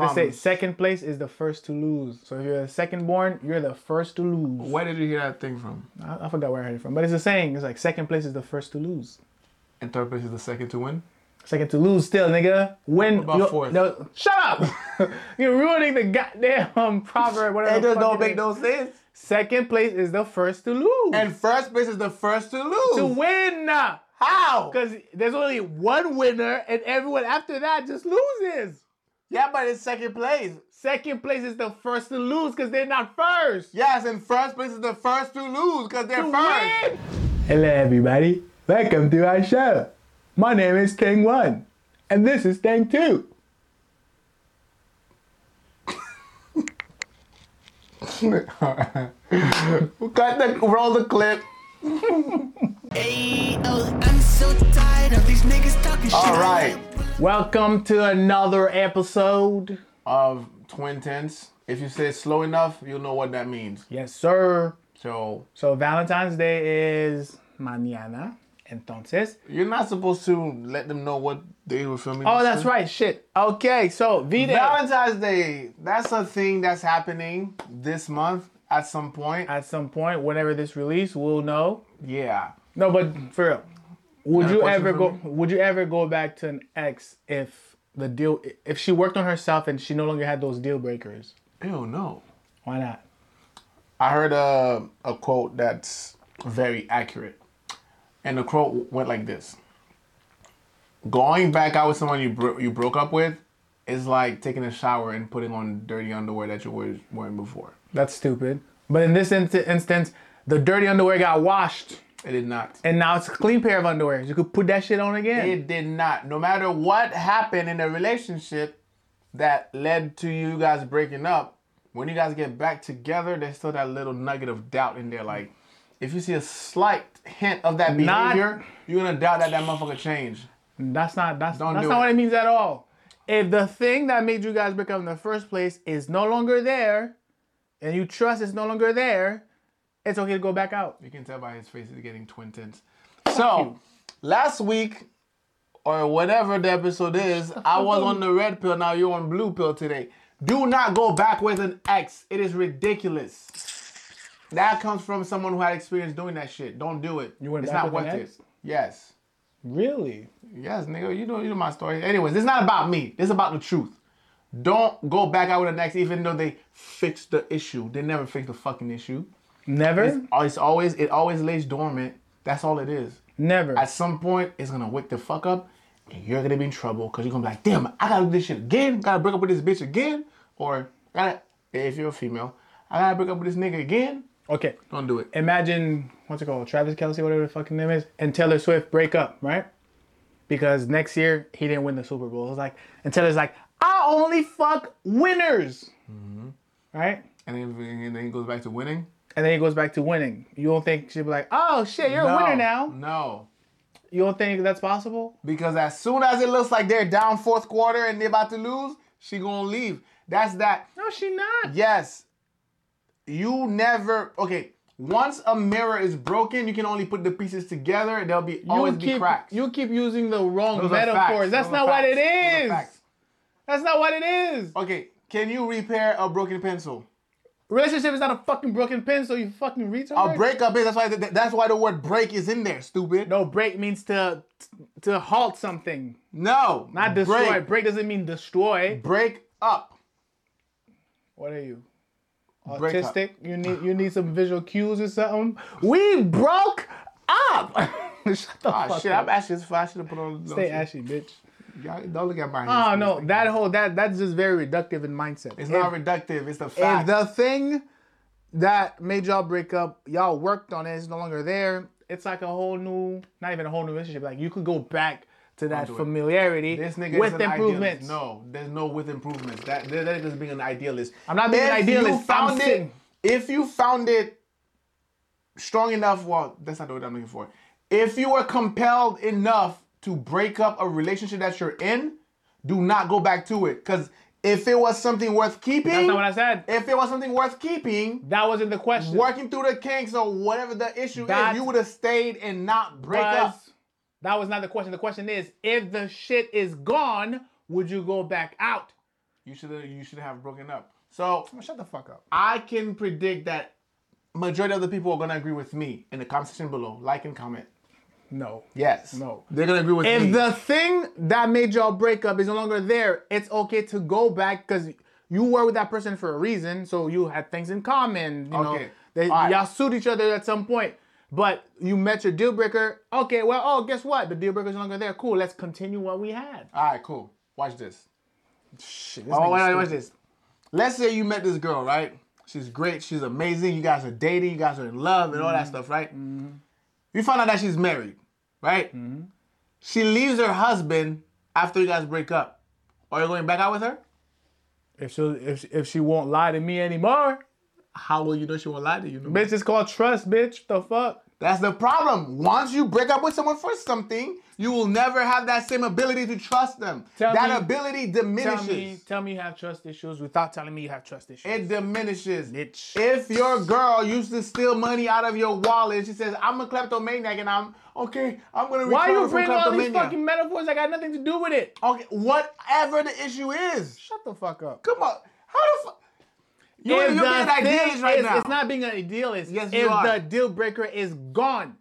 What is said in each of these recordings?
to say second place is the first to lose. So if you're the second born, you're the first to lose. Where did you hear that thing from? I, I forgot where I heard it from, but it's a saying. It's like second place is the first to lose. And third place is the second to win. Second to lose still, nigga. Win. What about you- fourth? No, shut up. You're ruining the goddamn um, proverb. Whatever. It the just fuck don't make is. no sense. Second place is the first to lose. And first place is the first to lose. to win. How? Because there's only one winner, and everyone after that just loses. Yeah, but it's second place. Second place is the first to lose because they're not first. Yes, and first place is the first to lose because they're first. Win. Hello, everybody. Welcome to our show. My name is Thing One, and this is Thing Two. Cut the roll the clip. Ayo, I'm so tired of these niggas talking shit. All right. Welcome to another episode. Of twin tense. If you say slow enough, you'll know what that means. Yes, sir. So So Valentine's Day is mañana. Entonces. you're not supposed to let them know what day we're filming. Oh, this that's to. right. Shit. Okay, so V Day. Valentine's Day. That's a thing that's happening this month at some point. At some point, whenever this release, we'll know. Yeah. No, but for real, would Got a you question ever for go? me? Would you ever go back to an ex if the deal? If she worked on herself and she no longer had those deal breakers? Ew, no. Why not? I heard a, a quote that's very accurate. And the quote went like this Going back out with someone you, bro- you broke up with is like taking a shower and putting on dirty underwear that you were wearing before. That's stupid. But in this in- instance, the dirty underwear got washed, It did not. and now it's a clean pair of underwear. You could put that shit on again. It did not. No matter what happened in the relationship that led to you guys breaking up, when you guys get back together, there's still that little nugget of doubt in there. Like, if you see a slight hint of that Not- behavior, you're gonna doubt that that motherfucker changed. That's not that's Don't that's do not it. what it means at all. If the thing that made you guys break up in the first place is no longer there, and you trust it's no longer there, it's okay to go back out. You can tell by his face he's getting twin tints. So, last week or whatever the episode is, I was on the red pill. Now you're on blue pill today. Do not go back with an ex. It is ridiculous. That comes from someone who had experience doing that shit. Don't do it. You went it's back not with worth an it. ex? Yes. Really? Yes, nigga. You know you know my story. Anyways, this is not about me. This is about the truth. Don't go back out with an ex, even though they fixed the issue. They never fixed the fucking issue. Never? It's always it always lays dormant. That's all it is. Never. At some point, it's gonna wake the fuck up, and you're gonna be in trouble because you're gonna be like, damn, I gotta do this shit again. Gotta break up with this bitch again, or gotta if you're a female, I gotta break up with this nigga again. okay. Don't do it. Imagine what's it called? Travis Kelsey, whatever the fucking name is, and Taylor Swift break up, right? Because next year he didn't win the Super Bowl. It was like and Taylor's like, I only fuck winners. Mm-hmm. Right? And then, and then it goes back to winning. And then he goes back to winning. You don't think she'd be like, oh shit, you're a winner now. No, You don't think that's possible? because as soon as it looks like they're down fourth quarter and they're about to lose, she gonna leave. That's that. No, she not. Yes. You never okay. Once a mirror is broken, you can only put the pieces together. and They'll be always you be keep, cracks. You keep using the wrong Those are facts. metaphors. That's Those are not what facts. it Those are is. facts. That's not what it is. Okay, can you repair a broken pencil? Relationship is not a fucking broken pencil, you fucking retard. A breakup is that's why that's why the word break is in there. Stupid. No, break means to to halt something, no, not destroy. Break, Break, doesn't mean destroy. break up. What are you? Break up. Autistic? You need you need some visual cues or something. We broke up. Shut the Ah, fuck shit, up. I'm ashy as fuck. I should have put on. no, Stay shit. ashy, bitch. Y'all, don't look at my. Oh hands, no, please. that whole that that's just very reductive in mindset. It's If- not reductive. It's the if fact. the thing that made y'all break up, y'all worked on it, it's no longer there. It's like a whole new, not even a whole new relationship. Like you could go back to that do it. familiarity this nigga with is an improvements. Idealist. No, there's no with improvements. That that that nigga's being an idealist. I'm not being an If idealist, You I'm found it. saying- If you found it strong enough, well, that's not the word I'm looking for. If you were compelled enough to break up a relationship that you're in, do not go back to it. Cause if it was something worth keeping, that's not what I said. if it was something worth keeping, That wasn't the question. working through the kinks or whatever the issue That is, you would have stayed and not break was- up. That was not the question. The question is, if the shit is gone, would you go back out? You should you should have broken up. So Shut the fuck up. I can predict that majority of the people are gonna agree with me in the comment section below. Like and comment. No. Yes. No. They're gonna agree with me. If the thing that made y'all break up is no longer there, it's okay to go back because you were with that person for a reason. So you had things in common. You know, Okay. they, All right. y'all sued each other at some point, but you met your deal breaker. Okay, well, oh, guess what? The deal breaker's no longer there. Cool. Let's continue what we had. All right, cool. Watch this. Shit, Oh, wait, wait, watch this. Let's say you met this girl, right? She's great. She's amazing. You guys are dating. You guys are in love and all Mm-hmm. that stuff, right? You find out that she's married, right? Mm-hmm. She leaves her husband after you guys break up. Are you going back out with her? If she if if she won't lie to me anymore, How will you know she won't lie to you? bitch, it's called trust, bitch. The fuck. That's the problem. Once you break up with someone for something, you will never have that same ability to trust them. Tell that me- ability Tell diminishes. me, tell me you have trust issues without telling me you have trust issues. It diminishes. Bitch. If your girl used to steal money out of your wallet, she says, "I'm a kleptomaniac," and I'm okay. I'm gonna recover Why you from bring all these kleptomania." fucking metaphors that got nothing to do with it? Okay, whatever the issue is, Shut the fuck up. come on. How the fuck? You, you're If being the an thing idealist right is- now. It's not being an idealist. Yes, if you are. the deal breaker is gone,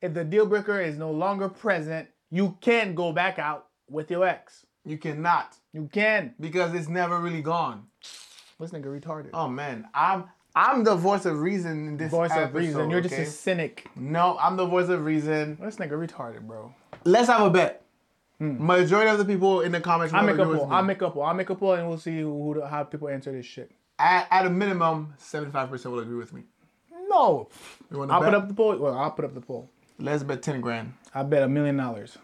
if the deal breaker is no longer present, you can go back out with your ex. you cannot You can. because it's never really gone. This nigga retarded. Oh man, I'm I'm the voice of reason in this Uh, Voice of episode, reason. You're just okay? Mm. a cynic. no. I'm the voice of reason. This nigga retarded, bro. Let's have a bet. Hmm. Majority of the people in the comments will I'll make a agree with poll. me. I'll make a poll. I'll make a poll and we'll see who, who how people answer this shit. at, at a minimum, 75% will agree with me. No. You want to I'll bet? put up the poll. Well, I'll put up the poll. Let's bet 10 grand. I bet a million dollars.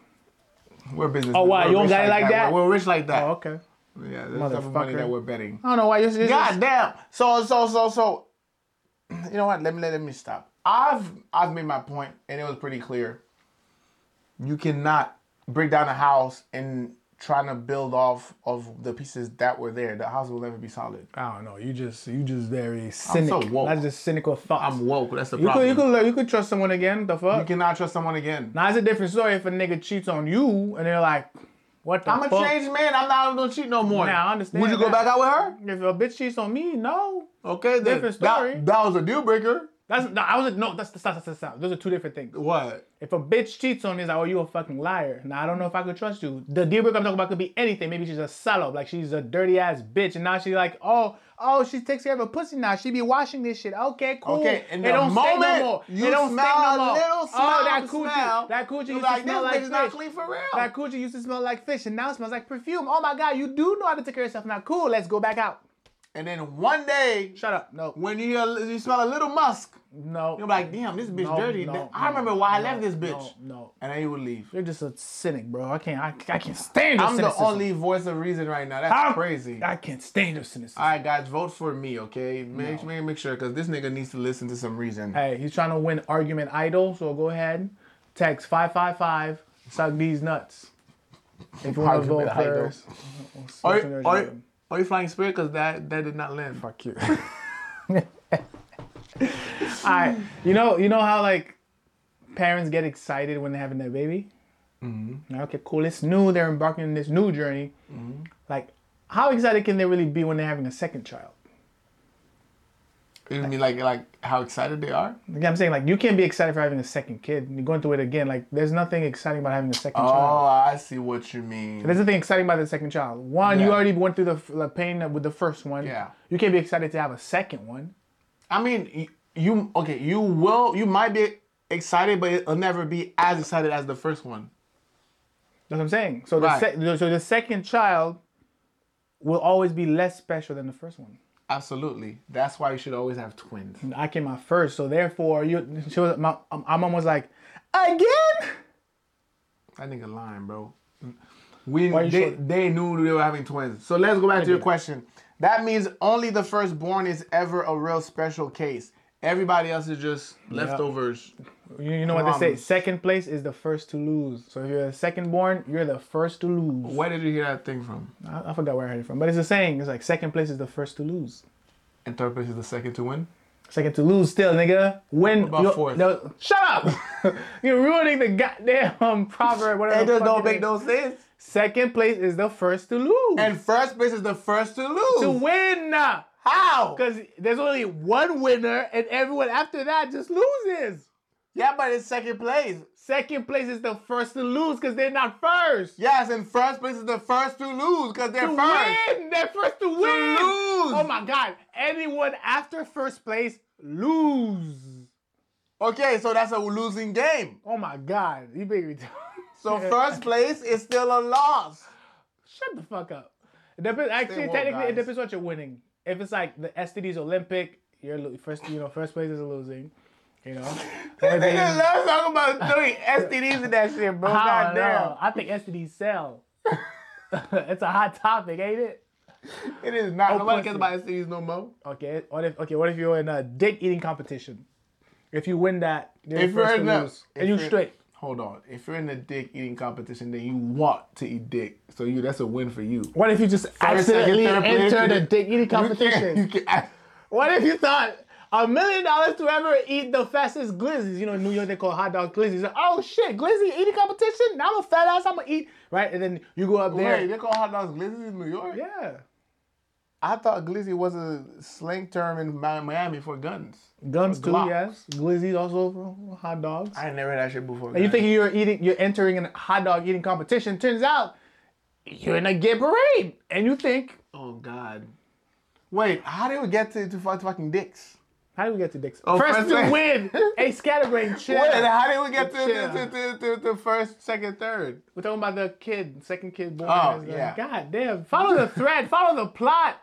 We're business. Oh, wow, you don't got it like that? We're, we're rich like that. Oh, okay. Yeah, that's the type of money Motherfucker. that we're betting. I don't know why you're, you're God damn. So, so, so, so. You know what? Let me let, me stop. I've I've made my point, and it was pretty clear. You cannot break down a house and trying to build off of the pieces that were there. The house will never be solid. I don't know. You just you just very cynic. so woke. That's just cynical thoughts. I'm woke. That's the you could problem. you could look- you could trust someone again. The fuck. You cannot trust someone again. now it's a different story if a nigga cheats on you and they're like, "What the I'm a fuck?" changed man. I'm not gonna cheat no more. Nah, I understand Would you go that. back out with her? If a bitch cheats on me, no. Okay, then Different that- story. That, was a deal breaker. That's no. I was no. That's stop, stop, stop, stop. Those are two different things. What? If a bitch cheats on me, it's like, "Oh, you a fucking liar." Now I don't know if I could trust you. The deal breaker I'm talking about could be anything. Maybe she's a sellout, like she's a dirty ass bitch, and now she's like, "Oh, oh, she takes care of her pussy now. She be washing this shit. Okay, cool. Okay, and It the don't stink moment no more. you it don't smell stink no a more. little oh, smell that of coochie, smell, that coochie you're used like, to smell this like bitch fish. not clean for real. That coochie used to smell like fish, and now it smells like perfume. Oh my god, you do know how to take care of yourself. Now, cool. Let's go back out. And then one day, Shut up. No, when you hear, you smell a little musk, no. you're like, damn, this bitch No, dirty. no, I remember why I no, left this bitch. No, no. And then you would leave. You're just a cynic, bro. I can't. I, I can't stand. Your I'm the cynicism. only voice of reason right now. That's I'm- crazy. I can't stand your cynicism. All right, guys, vote for me, okay? Make, make, make sure, because this nigga needs to listen to some reason. Hey, he's trying to win argument idol, so go ahead. Text 555, suck these nuts. If you want to vote Argument idol. for Are you, are, you, are you flying spirit? Because that, that did not land. Fuck you. I, you know, you know how like parents get excited when they're having their baby. Mm-hmm. Okay, cool. It's new. They're embarking on this new journey. Mm-hmm. Like, how excited can they really be when they're having a second child? You mean like like how excited they are? Like I'm saying, like you can't be excited for having a second kid. You're going through it again. Like, there's nothing exciting about having a second child. Oh, I see what you mean. There's nothing exciting about the second child. One, you Yeah. already went through the, f- the pain with the first one. Yeah. You can't be excited to have a second one. I mean, y- you okay? You will. You might be excited, but it'll never be as excited as the first one. That's what I'm saying. So Right. the sec- so the second child will always be less special than the first one. Absolutely. That's why you should always have twins. I came out first, so therefore you. She was, my, um, I'm almost like again. That nigga lying, bro. We you they, sure? they knew they were having twins. So let's go back to your do. question. That means only the firstborn is ever a real special case. Everybody else is just leftovers. You, you know what they say? Crumbs. Second place is the first to lose. So if you're a second born, you're the first to lose. Where did you hear that thing from? I, I forgot where I heard it from, but it's a saying. It's like second place is the first to lose. And third place is the second to win. Second to lose still, nigga. Win. about you- fourth? No, shut up. You're ruining the goddamn um, proverb. Whatever. It the just fuck don't it make is. no sense. Second place is the first to lose. And first place is the first to lose. to win. How? Because there's only one winner, and everyone after that just loses. Yeah, but it's second place. Second place is the first to lose because they're not first. Yes, and first place is the first to lose because they're to first. win. They're first to win. lose. Oh my God. Anyone after first place lose. Okay, so that's a losing game. Oh my God. You make me. So first place is still a loss. Shut the fuck up. It depends. Actually, woke, technically, it guys. depends what you're winning. If it's like the STDs Olympic, you're lo- first. You know, first place is losing. You know. Or Nigga, they- let's talk about three STDs in that shit, bro. I don't Goddamn. know. Oh, I think STDs sell. it's a hot topic, ain't it? It is not. Nobody pussy. cares about STDs no more. Okay. What if? Okay. What if you're in a dick eating competition? If you win that, you're If you're first to in the- lose, if and you you're- straight. Hold on. If you're in a dick eating competition, then you want to eat dick. So you that's a win for you. What if you just second, accidentally third place, entered a you- dick eating competition? You can't, you can't, What if you thought a million dollars to ever eat the fastest glizzies? You know, in New York they call hot dog glizzies. Oh shit, glizzy eating competition? Now I'm a fat ass. I'm gonna eat right, and then you go up there. Wait, they call hot dogs glizzy in New York? yeah, I thought glizzy was a slang term in Mi- Miami for guns. guns too. Glock. Yes, glizzies also for hot dogs. I ain't never heard that shit before. And you think you're eating, you're entering a hot dog eating competition. Turns out you're in a gay parade, and you think, Oh God. Wait, how did we get to, to fuck- fucking dicks? how do we get to dicks? Oh, first, first to thing. win. hey, scatterbrain, chill. Wait, how did we get to Yeah. to, to, to, to, to first, second, third? We're talking about the kid, second kid born. Oh, It's like, yeah. God damn. Follow the thread, follow the plot.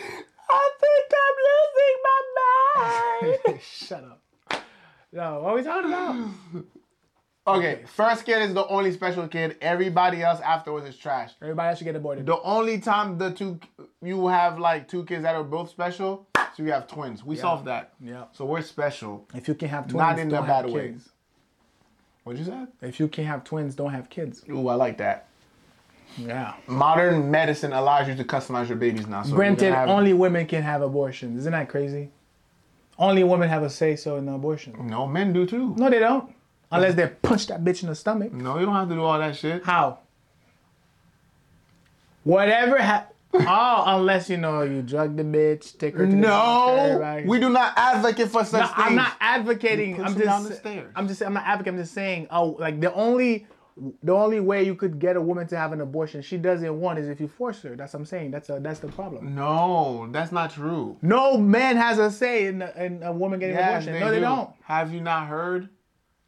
I think I'm losing my mind. Shut up. No, what are we talking about? Okay, first kid is the only special kid. Everybody else afterwards is trash. Everybody should get aborted. The only time the two you have like two kids that are both special, so you have twins. We solved that. Yeah. So we're special, If you can't have twins, not in don't the have bad kids. way. What'd you say? If you can't have twins, don't have kids. Ooh, I like that. Yeah. Mm-hmm. Modern medicine allows you to customize your babies now. So you're Granted, gonna have- only women can have abortions. Isn't that crazy? Only women have a say so in the abortion. no men do too. No, they don't. Unless they punch that bitch in the stomach. No, you don't have to do all that shit. How? Whatever hap Oh, unless you know you drug the bitch, take her to the doctor, No, right? we do not advocate for such No, things. I'm not advocating. push I'm them just. down the stairs. I'm just. I'm not advocating. I'm just saying. Oh, like the only, the only way you could get a woman to have an abortion she doesn't want is if you force her. That's what I'm saying. That's a. That's the problem. No, that's not true. No man has a say in, in a woman getting an Yes, abortion. no, they do. don't. Have you not heard?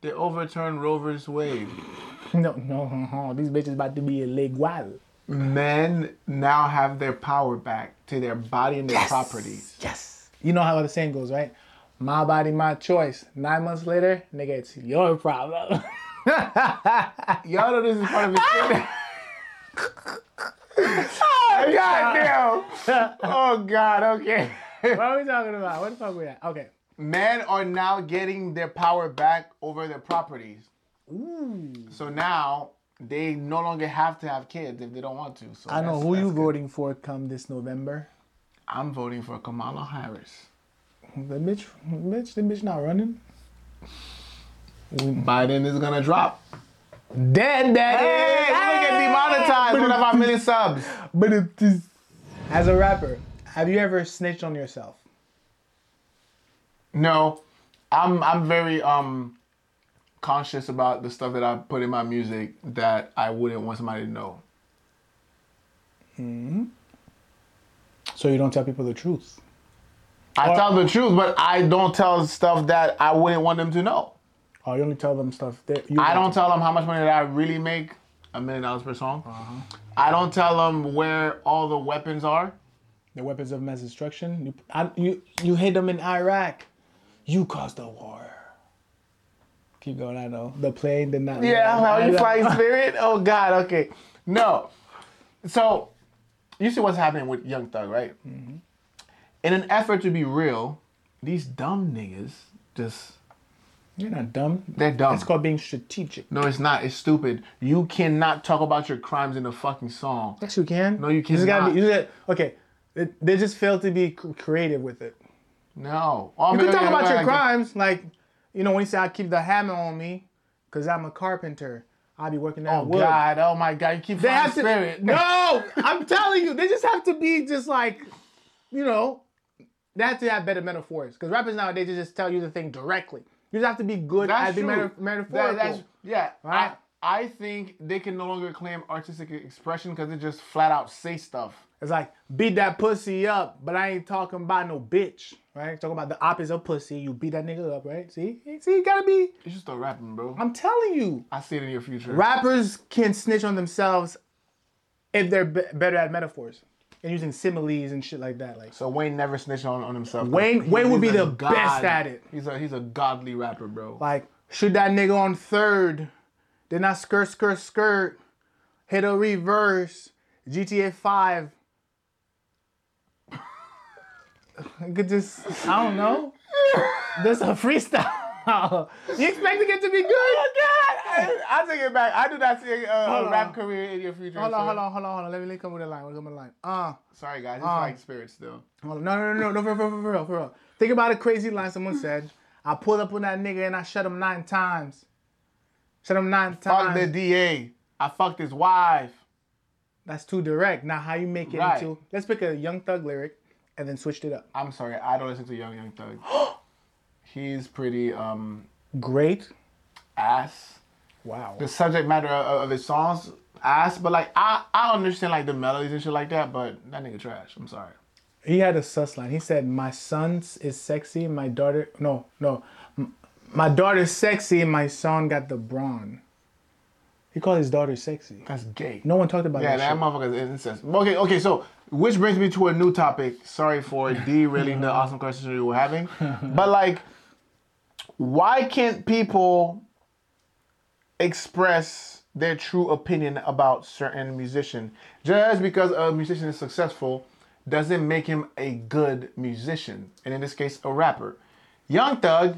They overturned Roe versus Wade. No, no, uh-huh. these bitches about to be illegal. Men now have their power back to their body and their properties. Yes. You know how the saying goes, right? My body, my choice. Nine months later, nigga, it's your problem. Y'all know this is part of his shit. oh, God damn. Oh, God, okay. what are we talking about? What the fuck we at? Okay. Men are now getting their power back over their properties. Ooh. So now they no longer have to have kids if they don't want to. So I know that's- who that's you good. voting for come this November. I'm voting for Kamala Harris. The bitch, bitch, the bitch not running. Biden is gonna drop. Dead, that Hey, is. we gonna get demonetized. One of our million subs. But it is. As a rapper, have you ever snitched on yourself? No, I'm I'm very um conscious about the stuff that I put in my music that I wouldn't want somebody to know. So you don't tell people the truth. I Or- tell the truth, but I don't tell stuff that I wouldn't want them to know. Or Oh, you only tell them stuff that you. I want don't to- tell them how much money that I really make, a million dollars per song. Uh-huh. I don't tell them where all the weapons are. the weapons of mass destruction. You, I, you, you hit them in Iraq. You caused the war. Keep going. I know the plane did not. Yeah, land. how I you know. flying spirit? Oh God, okay. No. So you see what's happening with Young Thug, right? In an effort to be real, these dumb niggas just You're not dumb. they're dumb. It's called being strategic. no, it's not. It's stupid. You cannot talk about your crimes in a fucking song. Yes, you can. No, you just gotta cannot. be. You just, okay, they, they just fail to be cr- creative with it. No. Oh, You can talk about your crimes, like You know when he said I keep the hammer on me, cause I'm a carpenter. I be working that Oh wood. God! Oh my God! You keep They finding have to. spirit. No, I'm telling you, they just have to be just like, you know, they have to have better metaphors. Because rappers nowadays they just tell you the thing directly. You just have to be good That's at the true. meta- metaphorical. That- that's- yeah. Right? I, I think they can no longer claim artistic expression because they just flat out say stuff. It's like beat that pussy up, but I ain't talking about no bitch, right? Talking about the opposite of pussy. You beat that nigga up, right? See, see, you gotta be. You should start rapping, bro. I'm telling you, I see it in your future. rappers can snitch on themselves if they're be- better at metaphors and using similes and shit like that. Like, So Wayne never snitched on, on himself. Wayne- He- Wayne would he's be a the best at it. He's a he's a godly rapper, bro. like shoot that nigga on third, then I skirt, skirt, skirt, hit a reverse, GTA Five. I could just, I don't know. That's a freestyle. you expect it to be Oh good? I, I take it back. I do not see a, a on. rap career in your future. Hold sir. on, hold on, hold on, hold on. Let me let me come with a line. Let me come with a line. Uh, Sorry, guys. It's like spirit still. hold on. No, no, no, no, no, for, for, for, for real, for real. Think about a crazy line someone said. I pulled up on that nigga and I shut him nine times. Shut him nine Fuck times. the DA. I fucked his wife. That's too direct. Now, how you make it Right. into? Let's pick a Young Thug lyric and then switched it up. I'm sorry. I don't listen to Young Young Thug. he's pretty um Great. ass. Wow. the subject matter of, of his songs ass, but like I I understand like the melodies and shit like that, but that nigga trash. I'm sorry. He had a sus line. He said, "My son is sexy. My daughter, no, no, M- my daughter's sexy. My son got the brawn." He called his daughter sexy. That's gay. No one talked about Yeah, that. that shit. motherfucker is incest. Okay, okay, so which brings me to a new topic. Sorry for derailing the awesome questions we were having. But like why can't people express their true opinion about certain musician? Just because a musician is successful doesn't make him a good musician. And in this case, a rapper. Young Thug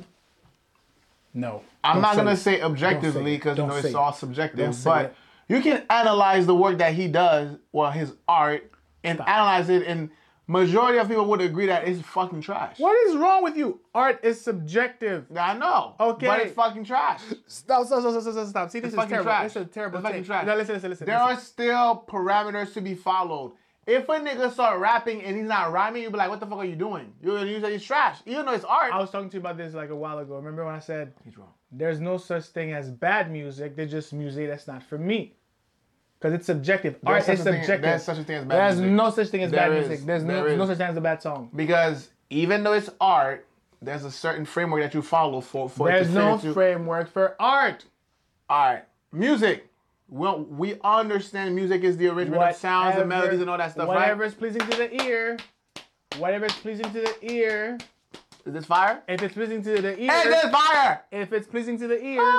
no, I'm Don't not say gonna it. say Don't objectively say it. because you Don't know say it's it. all Don't subjective, say but it. you can analyze the work that he does, well, his art, and analyze it. And majority of people would agree that it's fucking trash. What is wrong with you? Art is subjective. I know. Okay. but it's fucking trash. Stop, stop, stop, stop, stop, stop. See, this It's is fucking terrible. trash. This is a terrible It's fucking take. trash. No, listen, listen, listen. There listen. are still parameters to be followed. If a nigga start rapping and he's not rhyming, you'd be like, "What the fuck are you doing?" You you say it's trash, even though it's art. I was talking to you about this like a while ago. Remember when I said he's wrong. there's no such thing as bad music. There's just music that's not for me. Because it's subjective. Art such is a thing- subjective. there's such a thing as bad There's music. no such thing as bad There is. music. There's There no, is. no such thing as a bad song. because even though it's art, there's a certain framework that you follow for for it There's to no fit into- framework for art. All right, music. Well, we understand music is the arrangement of sounds and melodies and all that stuff, Whatever right? is pleasing to the ear. Whatever is pleasing to the ear. Is this fire? If it's pleasing to the Is ear. this Ah! fire? If it's pleasing to the ear. I'm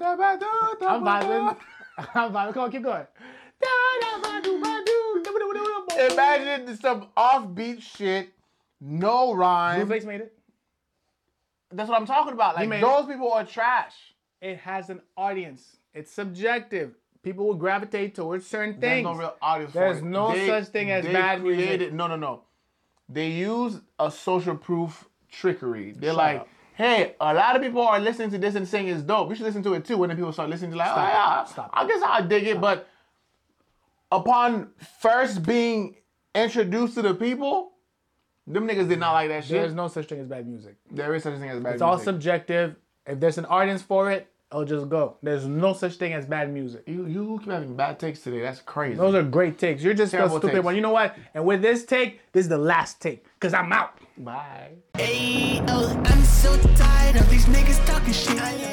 Oh I'm vibing. I'm vibing. Come on, keep going. Imagine some offbeat shit, no rhyme. Blueface made it. That's what I'm talking about. Like made those people are trash. it has an audience. It's subjective. People will gravitate towards certain things. There's no real audience. for There's it. no such thing as bad music. No, no, no. They use a social proof trickery. They're Shut like, up. hey, a lot of people are listening to this and saying it's dope. You should listen to it too. When then people start listening to like, oh, yeah, Stop. I guess I dig it. But upon first being introduced to the people, them niggas did not like that shit. There's no such thing as bad music. there is such a thing as bad It's music. all subjective. If there's an audience for it, it'll just go. There's no such thing as bad music. You, you keep having bad takes today. That's crazy. Those are great takes. You're just a Terrible stupid takes. one. You know what? And with this take, this is the last take. Cause I'm out. Bye. Ayo, I'm so tired of these niggas talking shit.